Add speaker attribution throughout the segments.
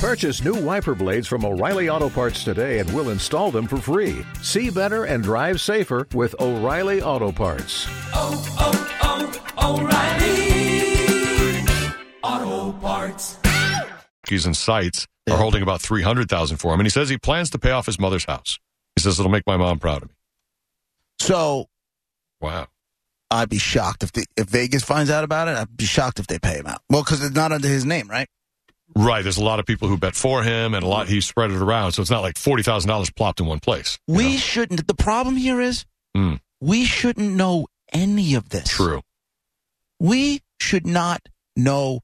Speaker 1: Purchase new wiper blades from O'Reilly Auto Parts today and we'll install them for free. See better and drive safer with O'Reilly Auto Parts.
Speaker 2: oh, oh, O'Reilly Auto Parts.
Speaker 3: keys and sites are holding about 300,000 for him and he says he plans to pay off his mother's house. He says it'll make my mom proud of me.
Speaker 4: So
Speaker 3: Wow.
Speaker 4: I'd be shocked if the, if Vegas finds out about it. I'd be shocked if they pay him out. Well, because it's not under his name, right?
Speaker 3: Right, there's a lot of people who bet for him and a lot he spread it around so it's not like $40,000 plopped in one place. you
Speaker 4: We
Speaker 3: know?
Speaker 4: shouldn't. The problem here is
Speaker 3: Hmm.
Speaker 4: we shouldn't know any of this.
Speaker 3: true.
Speaker 4: We should not know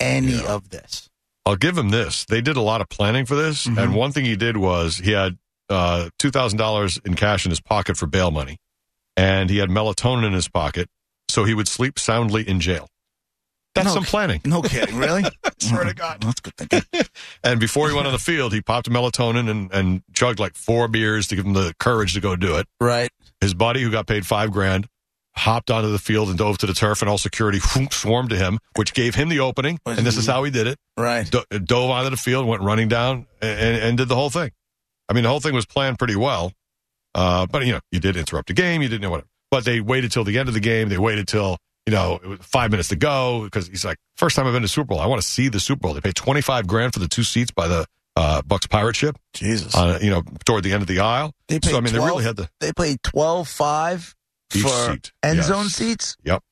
Speaker 4: any
Speaker 3: Yeah.
Speaker 4: of this.
Speaker 3: I'll give him this. They did a lot of planning for this
Speaker 4: Mhm.
Speaker 3: and one thing he did was he had uh, $2,000 in cash in his pocket for bail money and he had melatonin in his pocket so he would sleep soundly in jail. That's
Speaker 4: No.
Speaker 3: some planning.
Speaker 4: No kidding, really?
Speaker 3: Swear to God.
Speaker 4: That's good thinking.
Speaker 3: And before he went on the field, he popped melatonin and, and chugged like four beers to give him the courage to go do it.
Speaker 4: right.
Speaker 3: His buddy, who got paid five grand, hopped onto the field and dove to the turf, and all security whoom, swarmed to him, which gave him the opening. And this is how he did it:
Speaker 4: Right.
Speaker 3: Do- dove onto the field, went running down, and, and did the whole thing. I mean, the whole thing was planned pretty well. Uh, but you know, you did interrupt a game. You didn't know whatever. But they waited till the end of the game. They waited till you know it was five minutes to go because he's like, first time I've been to Super Bowl. I want to see the Super Bowl. They paid twenty five grand for the two seats by the uh, Bucks pirate ship.
Speaker 4: Jesus.
Speaker 3: On, you know, toward the end of the aisle.
Speaker 4: they paid
Speaker 3: Uh, So I mean,
Speaker 4: 12
Speaker 3: they really had the
Speaker 4: they played 12-5
Speaker 3: Each
Speaker 4: for
Speaker 3: seat,
Speaker 4: end
Speaker 3: yes.
Speaker 4: zone seats.
Speaker 3: Yep.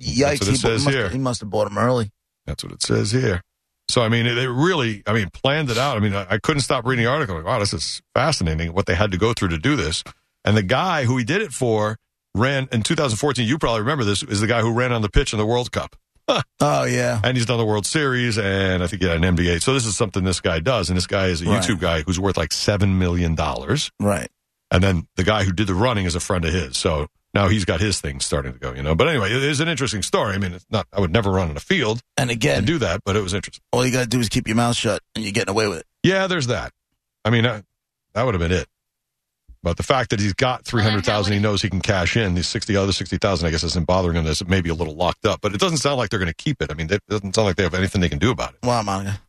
Speaker 4: Yikes!
Speaker 3: That's what
Speaker 4: he,
Speaker 3: it says
Speaker 4: must,
Speaker 3: here.
Speaker 4: he must have bought them early.
Speaker 3: That's what it says here. So I mean, they really, I mean, planned it out. I mean, I, I couldn't stop reading the article. Like, wow, this is fascinating. What they had to go through to do this, and the guy who he did it for ran in 2014. You probably remember this is the guy who ran on the pitch in the World Cup,
Speaker 4: Oh yeah.
Speaker 3: and he's done the World Series, and I think he had an MBA. So this is something this guy does, and this guy is a
Speaker 4: Right.
Speaker 3: YouTube guy who's worth like seven million dollars.
Speaker 4: Right.
Speaker 3: And then the guy who did the running is a friend of his. So now he's got his thing starting to go, you know. But anyway, it is an interesting story. I mean, it's not, I would never run in a field and
Speaker 4: And again,
Speaker 3: do that, but it was interesting.
Speaker 4: all you got to do is keep your mouth shut, and you're getting away with it.
Speaker 3: Yeah, there's that. I mean, uh, that would have been it. But the fact that he's got 300,000, he knows he can cash in. These 60, other 60,000, I guess, isn't bothering him. This may be a little locked up, but it doesn't sound like they're going to keep it. I mean, it doesn't sound like they have anything they can do about it.
Speaker 4: Wow, Monica.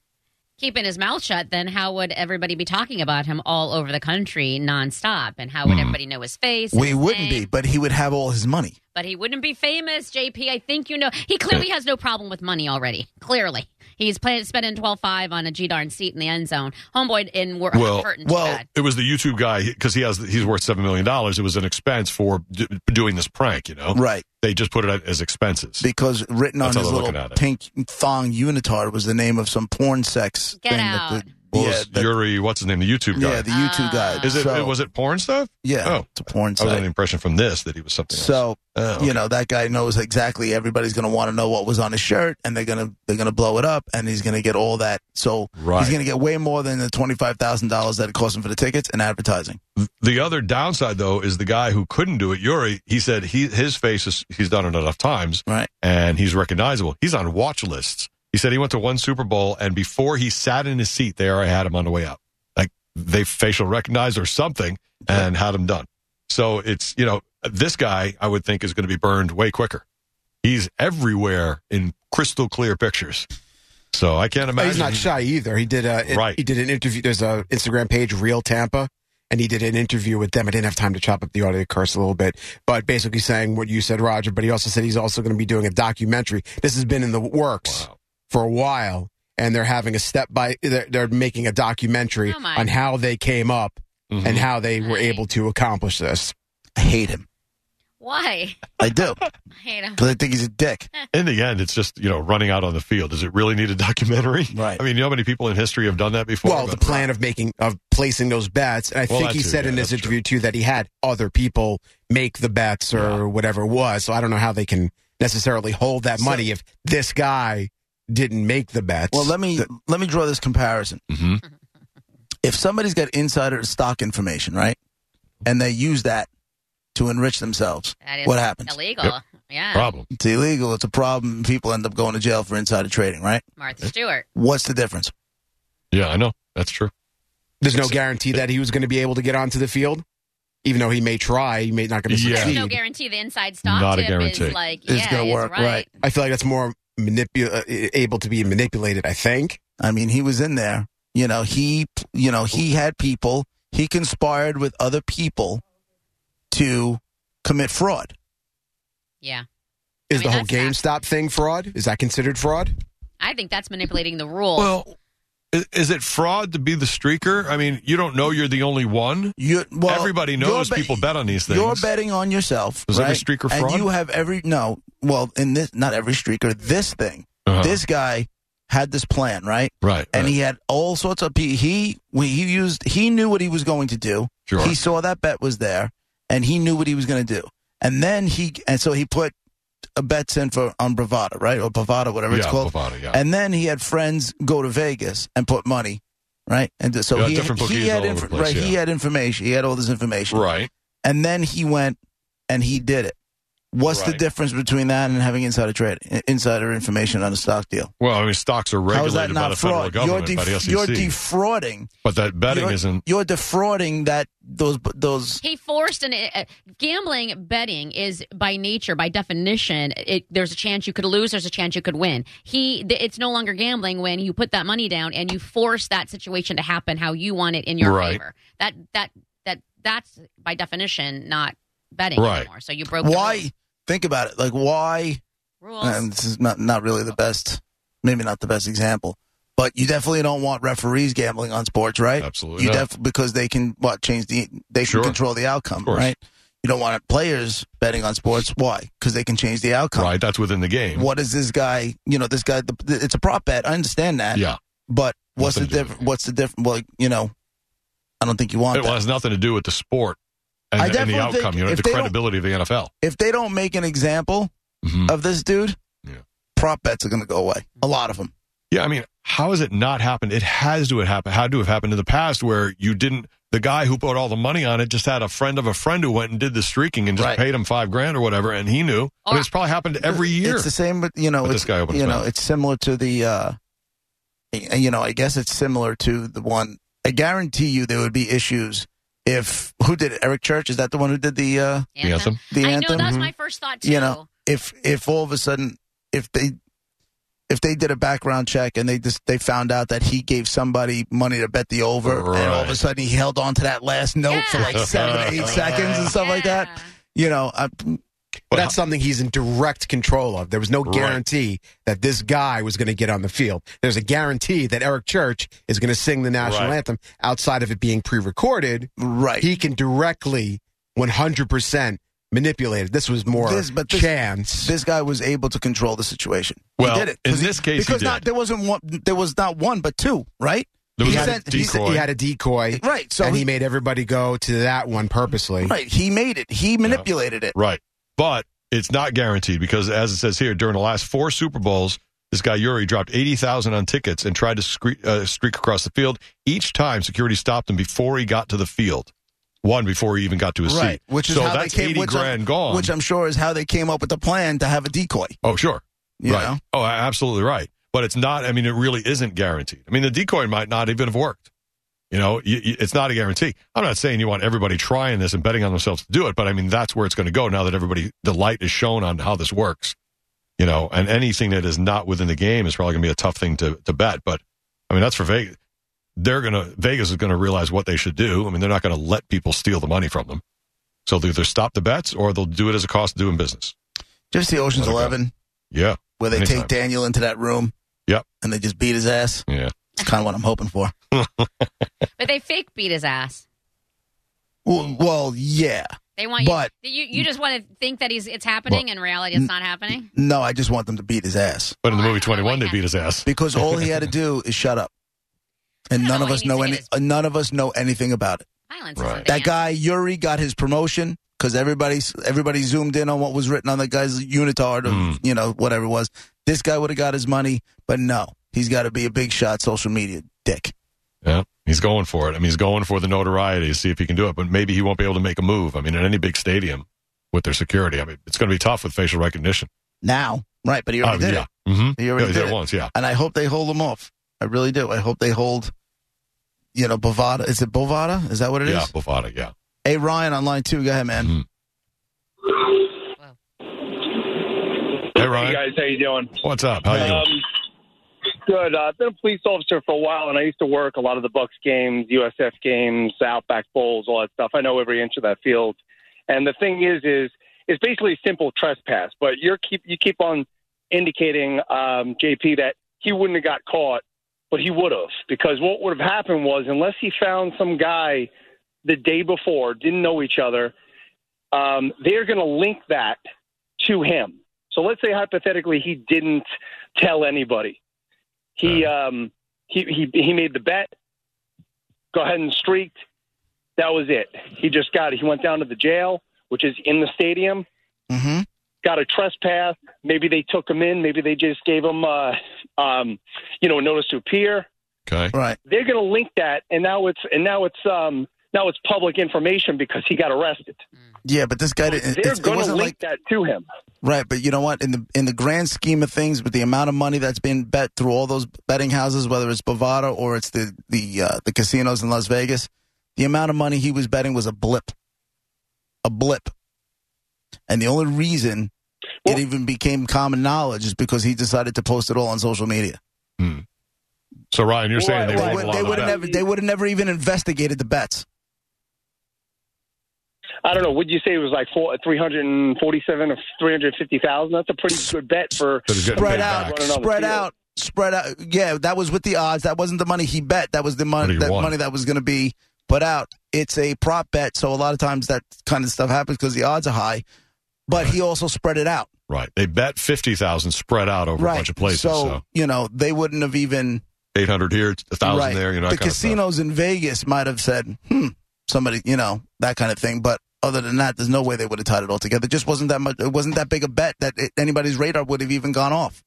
Speaker 5: keeping his mouth shut, then how would everybody be talking about him all over the country nonstop? And how would
Speaker 3: Hmm.
Speaker 5: everybody know his face?
Speaker 4: We
Speaker 5: his
Speaker 4: wouldn't
Speaker 5: name?
Speaker 4: be, but he would have all his money.
Speaker 5: But he wouldn't be famous, JP. I think you know. He clearly
Speaker 4: Uh,
Speaker 5: has no problem with money already. Clearly. He's play, spending 12 5 on a G darn seat in the end zone. Homeboy in were
Speaker 3: Well,
Speaker 5: hurting too
Speaker 4: well,
Speaker 5: bad.
Speaker 3: It was the YouTube guy because he has he's worth seven million dollars. It was an expense for d- doing this prank. You know,
Speaker 4: Right.
Speaker 3: they just put it as expenses.
Speaker 4: Because written
Speaker 3: That's
Speaker 4: on
Speaker 3: how
Speaker 4: his
Speaker 3: they're looking
Speaker 4: little
Speaker 3: at it.
Speaker 4: pink thong unitard was the name of some porn sex
Speaker 5: Get
Speaker 4: thing.
Speaker 5: out.
Speaker 4: That the,
Speaker 3: Well, it
Speaker 4: yeah,
Speaker 3: was
Speaker 4: that-
Speaker 3: Yuri, what's his name, the YouTube guy?
Speaker 4: yeah, the YouTube
Speaker 5: Ah.
Speaker 4: guy.
Speaker 3: Is it
Speaker 4: So,
Speaker 3: was it porn stuff?
Speaker 4: Yeah,
Speaker 3: Oh.
Speaker 4: it's a
Speaker 3: I
Speaker 4: porn
Speaker 3: was under
Speaker 4: site.
Speaker 3: the impression from this that he was something. else.
Speaker 4: So
Speaker 3: Oh, okay.
Speaker 4: you know that guy knows exactly. Everybody's going to want to know what was on his shirt, and they're going to they're going to blow it up, and he's going to get all that. So
Speaker 3: Right.
Speaker 4: he's going to get way more than the twenty five thousand dollars that it cost him for the tickets and advertising.
Speaker 3: The other downside, though, is the guy who couldn't do it, Yuri. He said he his face is he's done it enough times,
Speaker 4: Right.
Speaker 3: and he's recognizable. He's on watch lists. He said he went to one Super Bowl, and before he sat in his seat, they already had him on the way out. Like they facial recognized or something, and had him done. So it's you know this guy I would think is going to be burned way quicker. He's everywhere in crystal clear pictures. So I can't imagine.
Speaker 6: He's not shy either. He did a
Speaker 3: Right.
Speaker 6: he did an interview. There's a Instagram page, Real Tampa, and he did an interview with them. I didn't have time to chop up the audio curse a little bit, but basically saying what you said, Roger. But he also said he's also going to be doing a documentary. This has been in the works
Speaker 3: Wow.
Speaker 6: for a while, and they're having a step by. They're, they're making a documentary
Speaker 5: Oh, my.
Speaker 6: on how they came up
Speaker 3: Mhm.
Speaker 6: and how they were able to accomplish this.
Speaker 4: I hate him.
Speaker 5: Why?
Speaker 4: I do
Speaker 5: I hate him.
Speaker 4: because I think he's a dick.
Speaker 3: in the end, it's just you know running out on the field. Does it really need a documentary?
Speaker 4: Right.
Speaker 3: I mean, you know how many people in history have done that before?
Speaker 6: Well, the
Speaker 3: But-
Speaker 6: plan of making of placing those bets, and I
Speaker 3: Well,
Speaker 6: think
Speaker 3: that
Speaker 6: he
Speaker 3: too,
Speaker 6: said
Speaker 3: yeah,
Speaker 6: in his
Speaker 3: that's true.
Speaker 6: interview too that he had other people make the bets or
Speaker 3: Yeah.
Speaker 6: whatever it was. So I don't know how they can necessarily hold that
Speaker 4: So-
Speaker 6: money if this guy didn't make the bets.
Speaker 4: Well, let me
Speaker 6: Th-
Speaker 4: let me draw this comparison.
Speaker 3: Mhm.
Speaker 4: If somebody's got insider stock information, right, and they use that to enrich themselves,
Speaker 5: That is
Speaker 4: what happens?
Speaker 5: illegal.
Speaker 3: Yep.
Speaker 5: Yeah.
Speaker 3: problem.
Speaker 4: It's illegal. It's a problem. People end up going to jail for insider trading, right?
Speaker 5: Martha Stewart.
Speaker 4: What's the difference?
Speaker 3: Yeah, I know that's true.
Speaker 6: there's no guarantee that he was going to be able to get onto the field, even though he may try. He may not going to
Speaker 3: Yeah.
Speaker 5: There's
Speaker 6: succeed.
Speaker 5: no guarantee the inside stock
Speaker 3: Not a
Speaker 5: tip
Speaker 3: guarantee.
Speaker 5: is like,
Speaker 4: It's
Speaker 5: yeah,
Speaker 4: gonna
Speaker 5: it's
Speaker 4: work,
Speaker 5: right.
Speaker 4: right.
Speaker 6: I feel like that's more manipu- uh, able to be manipulated. I think.
Speaker 4: I mean, he was in there You know, he you know, he had people, he conspired with other people to commit fraud.
Speaker 5: Yeah.
Speaker 6: Is
Speaker 5: I mean,
Speaker 6: the whole
Speaker 5: that's
Speaker 6: GameStop thing fraud? Is that considered fraud?
Speaker 5: I think that's manipulating the rules.
Speaker 3: Well, i- is it fraud to be the streaker? I mean, you don't know you're the only one.
Speaker 4: You well,
Speaker 3: Everybody
Speaker 4: you're
Speaker 3: knows
Speaker 4: bet-
Speaker 3: people bet on these things.
Speaker 4: You're betting on yourself.
Speaker 3: Is
Speaker 4: right?
Speaker 3: every streaker fraud?
Speaker 4: And you have every no. Well, in this, not every streaker. This thing,
Speaker 3: Uh-huh.
Speaker 4: this guy had this plan, right?
Speaker 3: right.
Speaker 4: And
Speaker 3: right.
Speaker 4: he had all sorts of he he when he used he knew what he was going to do.
Speaker 3: Sure.
Speaker 4: He saw that bet was there, and he knew what he was going to do. And then he and so he put a bets in for on Bravada, right, or Bravada, whatever it's
Speaker 3: yeah,
Speaker 4: called.
Speaker 3: Bovada, yeah.
Speaker 4: And then he had friends go to Vegas and put money, right? And so
Speaker 3: Yeah,
Speaker 4: he
Speaker 3: different
Speaker 4: he
Speaker 3: bookies
Speaker 4: had
Speaker 3: all over the place,
Speaker 4: right, he
Speaker 3: yeah.
Speaker 4: had information. He had all this information.
Speaker 3: right.
Speaker 4: And then he went and he did it. What's the
Speaker 3: Right.
Speaker 4: difference between that and having insider trade, insider information on a stock deal?
Speaker 3: Well, I mean, stocks are
Speaker 4: How
Speaker 3: regulated
Speaker 4: is that
Speaker 3: by
Speaker 4: not
Speaker 3: the federal
Speaker 4: fraud? You're,
Speaker 3: government, by the
Speaker 4: def-
Speaker 3: SEC.
Speaker 4: you're defrauding.
Speaker 3: but that betting
Speaker 4: you're,
Speaker 3: isn't.
Speaker 4: You're defrauding that those those.
Speaker 5: He forced an uh, gambling betting is by nature, by definition, it, there's a chance you could lose, there's a chance you could win. He, th- it's no longer gambling when you put that money down and you force that situation to happen how you want it in your
Speaker 3: Right.
Speaker 5: favor. That that that that's by definition not betting
Speaker 3: Right.
Speaker 5: anymore. So you broke the
Speaker 4: Why? Think about it. Like why?
Speaker 5: rules. rules.
Speaker 4: And this is not not really the best, maybe not the best example, but you definitely don't want referees gambling on sports, right?
Speaker 3: Absolutely
Speaker 4: You
Speaker 3: not.
Speaker 4: def- because they can what change the they
Speaker 3: Sure.
Speaker 4: can control the outcome,
Speaker 3: Of course.
Speaker 4: right? You don't want players betting on sports. Why? Because they can change the outcome.
Speaker 3: right. That's within the game.
Speaker 4: What is this guy? You know, this guy. The, it's a prop bet. I understand that.
Speaker 3: Yeah.
Speaker 4: But what's
Speaker 3: Nothing
Speaker 4: the
Speaker 3: to do with
Speaker 4: difference? What's the difference? Well, you know, I don't think you want
Speaker 3: It
Speaker 4: that.
Speaker 3: has nothing to do with the sport and, the-
Speaker 4: I
Speaker 3: and the
Speaker 4: definitely think
Speaker 3: outcome, you know,
Speaker 4: if
Speaker 3: the
Speaker 4: they don't-
Speaker 3: credibility of the NFL.
Speaker 4: If they don't make an example
Speaker 3: Mhm.
Speaker 4: of this dude,
Speaker 3: Yeah.
Speaker 4: prop bets are going to go away. A lot of them.
Speaker 3: Yeah, I mean, how has it not happened? It has to have happened. Had to have happened in the past where you didn't. The guy who put all the money on it just had a friend of a friend who went and did the streaking and just
Speaker 4: Right.
Speaker 3: paid him five grand or whatever, and he knew. I mean,
Speaker 5: Or-
Speaker 3: it's probably happened every year.
Speaker 4: It's the same, but you know,
Speaker 3: But
Speaker 4: it's,
Speaker 3: this guy opened
Speaker 4: you
Speaker 3: his
Speaker 4: know,
Speaker 3: mouth.
Speaker 4: it's similar to the, uh, y- you know, I guess it's similar to the one. I guarantee you, there would be issues if who did it? Eric Church is that the one who did the uh,
Speaker 3: The anthem.
Speaker 4: the
Speaker 5: I
Speaker 4: anthem? Mm-hmm.
Speaker 5: know that's my first thought too.
Speaker 4: You know, if if all of a sudden if they if they did a background check and they just they found out that he gave somebody money to bet the over and all of a
Speaker 3: Right.
Speaker 4: sudden he held on to that last note for like
Speaker 5: Yeah.
Speaker 4: seven eight seconds and stuff like that
Speaker 5: Yeah.
Speaker 4: you know uh, I,
Speaker 3: But
Speaker 6: That's something he's in direct control of. There was no
Speaker 3: Right.
Speaker 6: guarantee that this guy was going to get on the field. There's a guarantee that Eric Church is going to sing the national
Speaker 3: Right.
Speaker 6: anthem outside of it being pre recorded.
Speaker 4: right
Speaker 6: He can directly 100% manipulate it. This was more
Speaker 4: This- but this-
Speaker 6: chance.
Speaker 4: this guy was able to control the situation
Speaker 3: Well,
Speaker 4: he did it
Speaker 3: in
Speaker 4: 'Cause he-
Speaker 3: this case, he
Speaker 4: because
Speaker 3: did.
Speaker 4: not there wasn't one there was not one but two right
Speaker 3: there was
Speaker 4: he
Speaker 3: a
Speaker 4: said-
Speaker 6: he,
Speaker 3: decoy.
Speaker 6: he had a decoy.
Speaker 4: right so
Speaker 6: and he,
Speaker 4: he,
Speaker 6: made everybody go to that one purposely.
Speaker 4: right he made it he manipulated it
Speaker 3: Mm. Right. But it's not guaranteed because, as it says here, during the last four Super Bowls, this guy Yuri dropped 80000 on tickets and tried to scre- uh, streak across the field. Each time, security stopped him before he got to the field. One before he even got to his
Speaker 4: right
Speaker 3: seat.
Speaker 4: which is
Speaker 3: so
Speaker 4: how
Speaker 3: that's
Speaker 4: they came
Speaker 3: 80
Speaker 4: which I'm-
Speaker 3: grand gone.
Speaker 4: which i'm sure is how they came up with the plan to have a decoy
Speaker 3: oh, sure.
Speaker 4: you
Speaker 3: right.
Speaker 4: know
Speaker 3: Oh, a- absolutely right. But it's not, I mean, it really isn't guaranteed. I mean, the decoy might not even have worked. You know, y y- it's not a guarantee. I'm not saying you want everybody trying this and betting on themselves to do it, but I mean, that's where it's going to go now that everybody, the light is shown on how this works. You know, and anything that is not within the game is probably going to be a tough thing to, to bet. But I mean, that's for Vegas. They're going to, Vegas is going to realize what they should do. I mean, they're not going to let people steal the money from them. So they'll either stop the bets or they'll do it as a cost of doing business.
Speaker 4: Just see Ocean's
Speaker 3: Let it go.
Speaker 4: Eleven,
Speaker 3: Yeah.
Speaker 4: where they
Speaker 3: Anytime.
Speaker 4: take Daniel into that room.
Speaker 3: Yep.
Speaker 4: And they just beat his ass.
Speaker 3: Yeah.
Speaker 4: That's kind of what I'm hoping for.
Speaker 5: But they fake beat his ass.
Speaker 4: Well, well yeah.
Speaker 5: They want
Speaker 4: But-
Speaker 5: you, you. You just want to think that he's it's happening. in reality, it's not happening.
Speaker 4: No, I just want them to beat his ass
Speaker 3: But in the
Speaker 5: Oh, I
Speaker 3: movie
Speaker 5: don't know
Speaker 3: 21,
Speaker 5: why
Speaker 3: they beat his ass.
Speaker 4: because all he had to do is shut up, and
Speaker 5: Yeah,
Speaker 4: none
Speaker 5: all
Speaker 4: of
Speaker 5: he
Speaker 4: us
Speaker 5: needs
Speaker 4: know
Speaker 5: to
Speaker 4: any.
Speaker 5: get is-
Speaker 4: uh, None of us know anything about it.
Speaker 5: Violence.
Speaker 3: Right.
Speaker 5: Right.
Speaker 4: That guy Yuri got his promotion because everybody everybody zoomed in on what was written on the guy's unitard or
Speaker 3: Hmm.
Speaker 4: you know whatever it was. This guy would have got his money, but no, he's got to be a big shot social media dick.
Speaker 3: Yeah, he's going for it. I mean, he's going for the notoriety to see if he can do it, but maybe he won't be able to make a move. I mean, in any big stadium with their security, I mean, it's going to be tough with facial recognition.
Speaker 4: Now, right? But he already
Speaker 3: Oh,
Speaker 4: did
Speaker 3: yeah.
Speaker 4: it.
Speaker 3: hmm
Speaker 4: He
Speaker 3: yeah,
Speaker 4: already
Speaker 3: he
Speaker 4: did
Speaker 3: did
Speaker 4: it.
Speaker 3: it once, yeah.
Speaker 4: and I hope they hold them off. I really do. I hope they hold, you know, Bovada. Is it Bovada? Is that what it is?
Speaker 3: yeah, Bovada, yeah.
Speaker 4: Hey, Ryan on line two. Go ahead, man.
Speaker 3: Mhm. Hey, Ryan.
Speaker 7: Hey guys, how you doing?
Speaker 3: What's up? How you doing?
Speaker 7: Um, Good. Uh, I've been a police officer for a while, and I used to work a lot of the Bucks games, USF games, Outback Bowls, all that stuff. I know every inch of that field. And the thing is, is it's basically simple trespass. But you're keep you keep on indicating um, JP that he wouldn't have got caught, but he would have because what would have happened was unless he found some guy the day before didn't know each other, um, they're going to link that to him. So let's say hypothetically he didn't tell anybody. He um, he he he made the bet. Go ahead and streaked. That was it. He just got it. He went down to the jail, which is in the stadium.
Speaker 4: Mm-hmm.
Speaker 7: Got a trespass. Maybe they took him in. Maybe they just gave him, uh, um, you know, a notice to appear.
Speaker 3: Okay.
Speaker 4: Right.
Speaker 7: They're going to link that, and now it's and now it's um, now it's public information because he got arrested.
Speaker 4: Yeah, but this guy didn't.
Speaker 7: They're
Speaker 4: it's- It
Speaker 7: going to
Speaker 4: wasn't
Speaker 7: link
Speaker 4: like
Speaker 7: that to him.
Speaker 4: right, but you know what? In the in the grand scheme of things, with the amount of money that's been bet through all those betting houses, whether it's Bovada or it's the the uh, the casinos in Las Vegas, the amount of money he was betting was a blip, a blip. And the only reason
Speaker 7: Well-
Speaker 4: it even became common knowledge is because he decided to post it all on social media.
Speaker 3: So Ryan, you're saying they,
Speaker 4: They
Speaker 7: Right, right.
Speaker 3: rolled a
Speaker 4: would,
Speaker 3: lot of
Speaker 4: they would have
Speaker 3: that.
Speaker 4: never they would have never even investigated the bets.
Speaker 7: I don't know. Would you say it was like four, 347 or 350,000? That's a pretty good bet for
Speaker 3: But he's getting
Speaker 4: spread
Speaker 3: paid
Speaker 4: out,
Speaker 3: back.
Speaker 7: Running on the
Speaker 4: spread
Speaker 7: field.
Speaker 4: out, spread out. Yeah, that was with the odds. That wasn't the money he bet. That was the
Speaker 3: What
Speaker 4: money
Speaker 3: he
Speaker 4: that
Speaker 3: won.
Speaker 4: money that was going to be put out. It's a prop bet, so a lot of times that kind of stuff happens because the odds are high. But he also spread it out,
Speaker 3: Right. They bet 50,000 spread out over
Speaker 4: right?
Speaker 3: a bunch of places.
Speaker 4: so,
Speaker 3: So,
Speaker 4: you know they wouldn't have even
Speaker 3: 800 here, 1,000
Speaker 4: right.
Speaker 3: there, you know,
Speaker 4: the
Speaker 3: that kind of stuff.
Speaker 4: casinos in Vegas might have said, "Hmm, somebody," you know, that kind of thing. But other than that, there's no way they would have tied it all together. It just wasn't that much. It wasn't that big a bet that it, anybody's radar would have even gone off.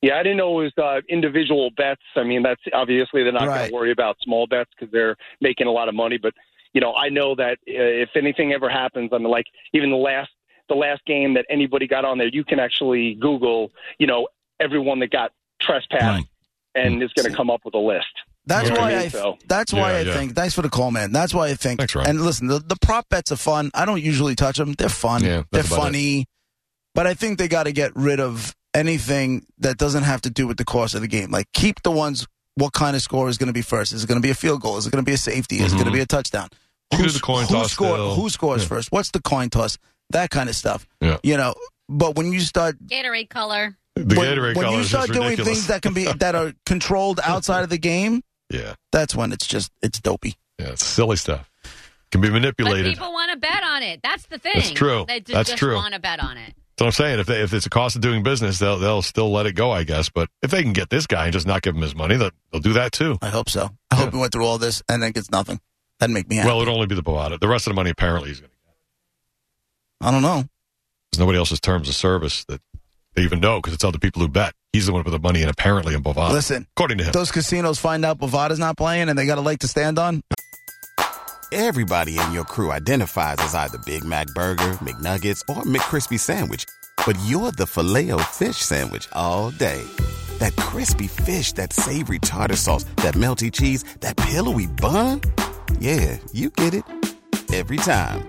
Speaker 7: Yeah, I didn't know it was uh, individual bets. I mean, that's obviously they're not going
Speaker 4: Right.
Speaker 7: to worry about small bets because they're making a lot of money. But you know, I know that uh, if anything ever happens, I mean, like even the last the last game that anybody got on there, you can actually Google, you know, everyone that got trespassed,
Speaker 2: Right.
Speaker 7: and it's going to come up with a list.
Speaker 4: That's
Speaker 7: You know what
Speaker 4: why
Speaker 7: I
Speaker 4: I.
Speaker 7: mean? So-
Speaker 4: That's why
Speaker 3: Yeah,
Speaker 4: I
Speaker 3: yeah.
Speaker 4: think. Thanks for the call, man. That's why I think.
Speaker 3: Thanks, Ryan.
Speaker 4: And listen, the, the prop bets are fun. I don't usually touch them. They're fun.
Speaker 3: Yeah,
Speaker 4: They're
Speaker 3: that's about
Speaker 4: funny. But I think they got to get rid of anything that doesn't have to do with the course of the game. Like keep the ones. What kind of score is going to be first? Is it going to be a field goal? Is it going to be a safety? Is it going to
Speaker 3: Mhm.
Speaker 4: be a touchdown?
Speaker 3: You can do
Speaker 4: Who's-
Speaker 3: the coin
Speaker 4: who
Speaker 3: toss
Speaker 4: score-
Speaker 3: still.
Speaker 4: Who scores
Speaker 3: Yeah.
Speaker 4: first? What's the coin toss? That kind of stuff.
Speaker 3: Yeah.
Speaker 4: You know. But when you start
Speaker 5: Gatorade color.
Speaker 3: The
Speaker 4: when,
Speaker 3: Gatorade
Speaker 4: when
Speaker 3: color
Speaker 4: you
Speaker 3: is
Speaker 4: start
Speaker 3: just
Speaker 4: doing
Speaker 3: ridiculous.
Speaker 4: things that can be that are controlled outside of the game,
Speaker 3: yeah.
Speaker 4: that's when it's just it's dopey.
Speaker 3: Yeah. It's silly stuff. Can be
Speaker 5: But
Speaker 3: manipulated.
Speaker 5: people want to bet on it. That's the thing.
Speaker 3: That's true.
Speaker 5: They just,
Speaker 3: That's
Speaker 5: just
Speaker 3: true.
Speaker 5: want to bet on it.
Speaker 3: So I'm saying if they, if it's a cost of doing business, they'll they'll still let it go, I guess. But if they can get this guy and just not give him his money, they'll, they'll do that too.
Speaker 4: I hope so. I hope he went through all this and then gets nothing. That'd make me happy.
Speaker 3: Well, it'd only be the Bovada. The rest of the money apparently is going to.
Speaker 4: I don't know.
Speaker 3: There's nobody else's terms of service that they even know because it's other people who bet. He's the one with the money and apparently in Bovada,
Speaker 4: Listen,
Speaker 3: according to him.
Speaker 4: those casinos find out Bovada's not playing and they got a leg to stand on.
Speaker 8: Everybody in your crew identifies as either Big Mac Burger, McNuggets, or McCrispy Sandwich. But you're the filet fish Sandwich all day. That crispy fish, that savory tartar sauce, that melty cheese, that pillowy bun. Yeah, you get it. Every time.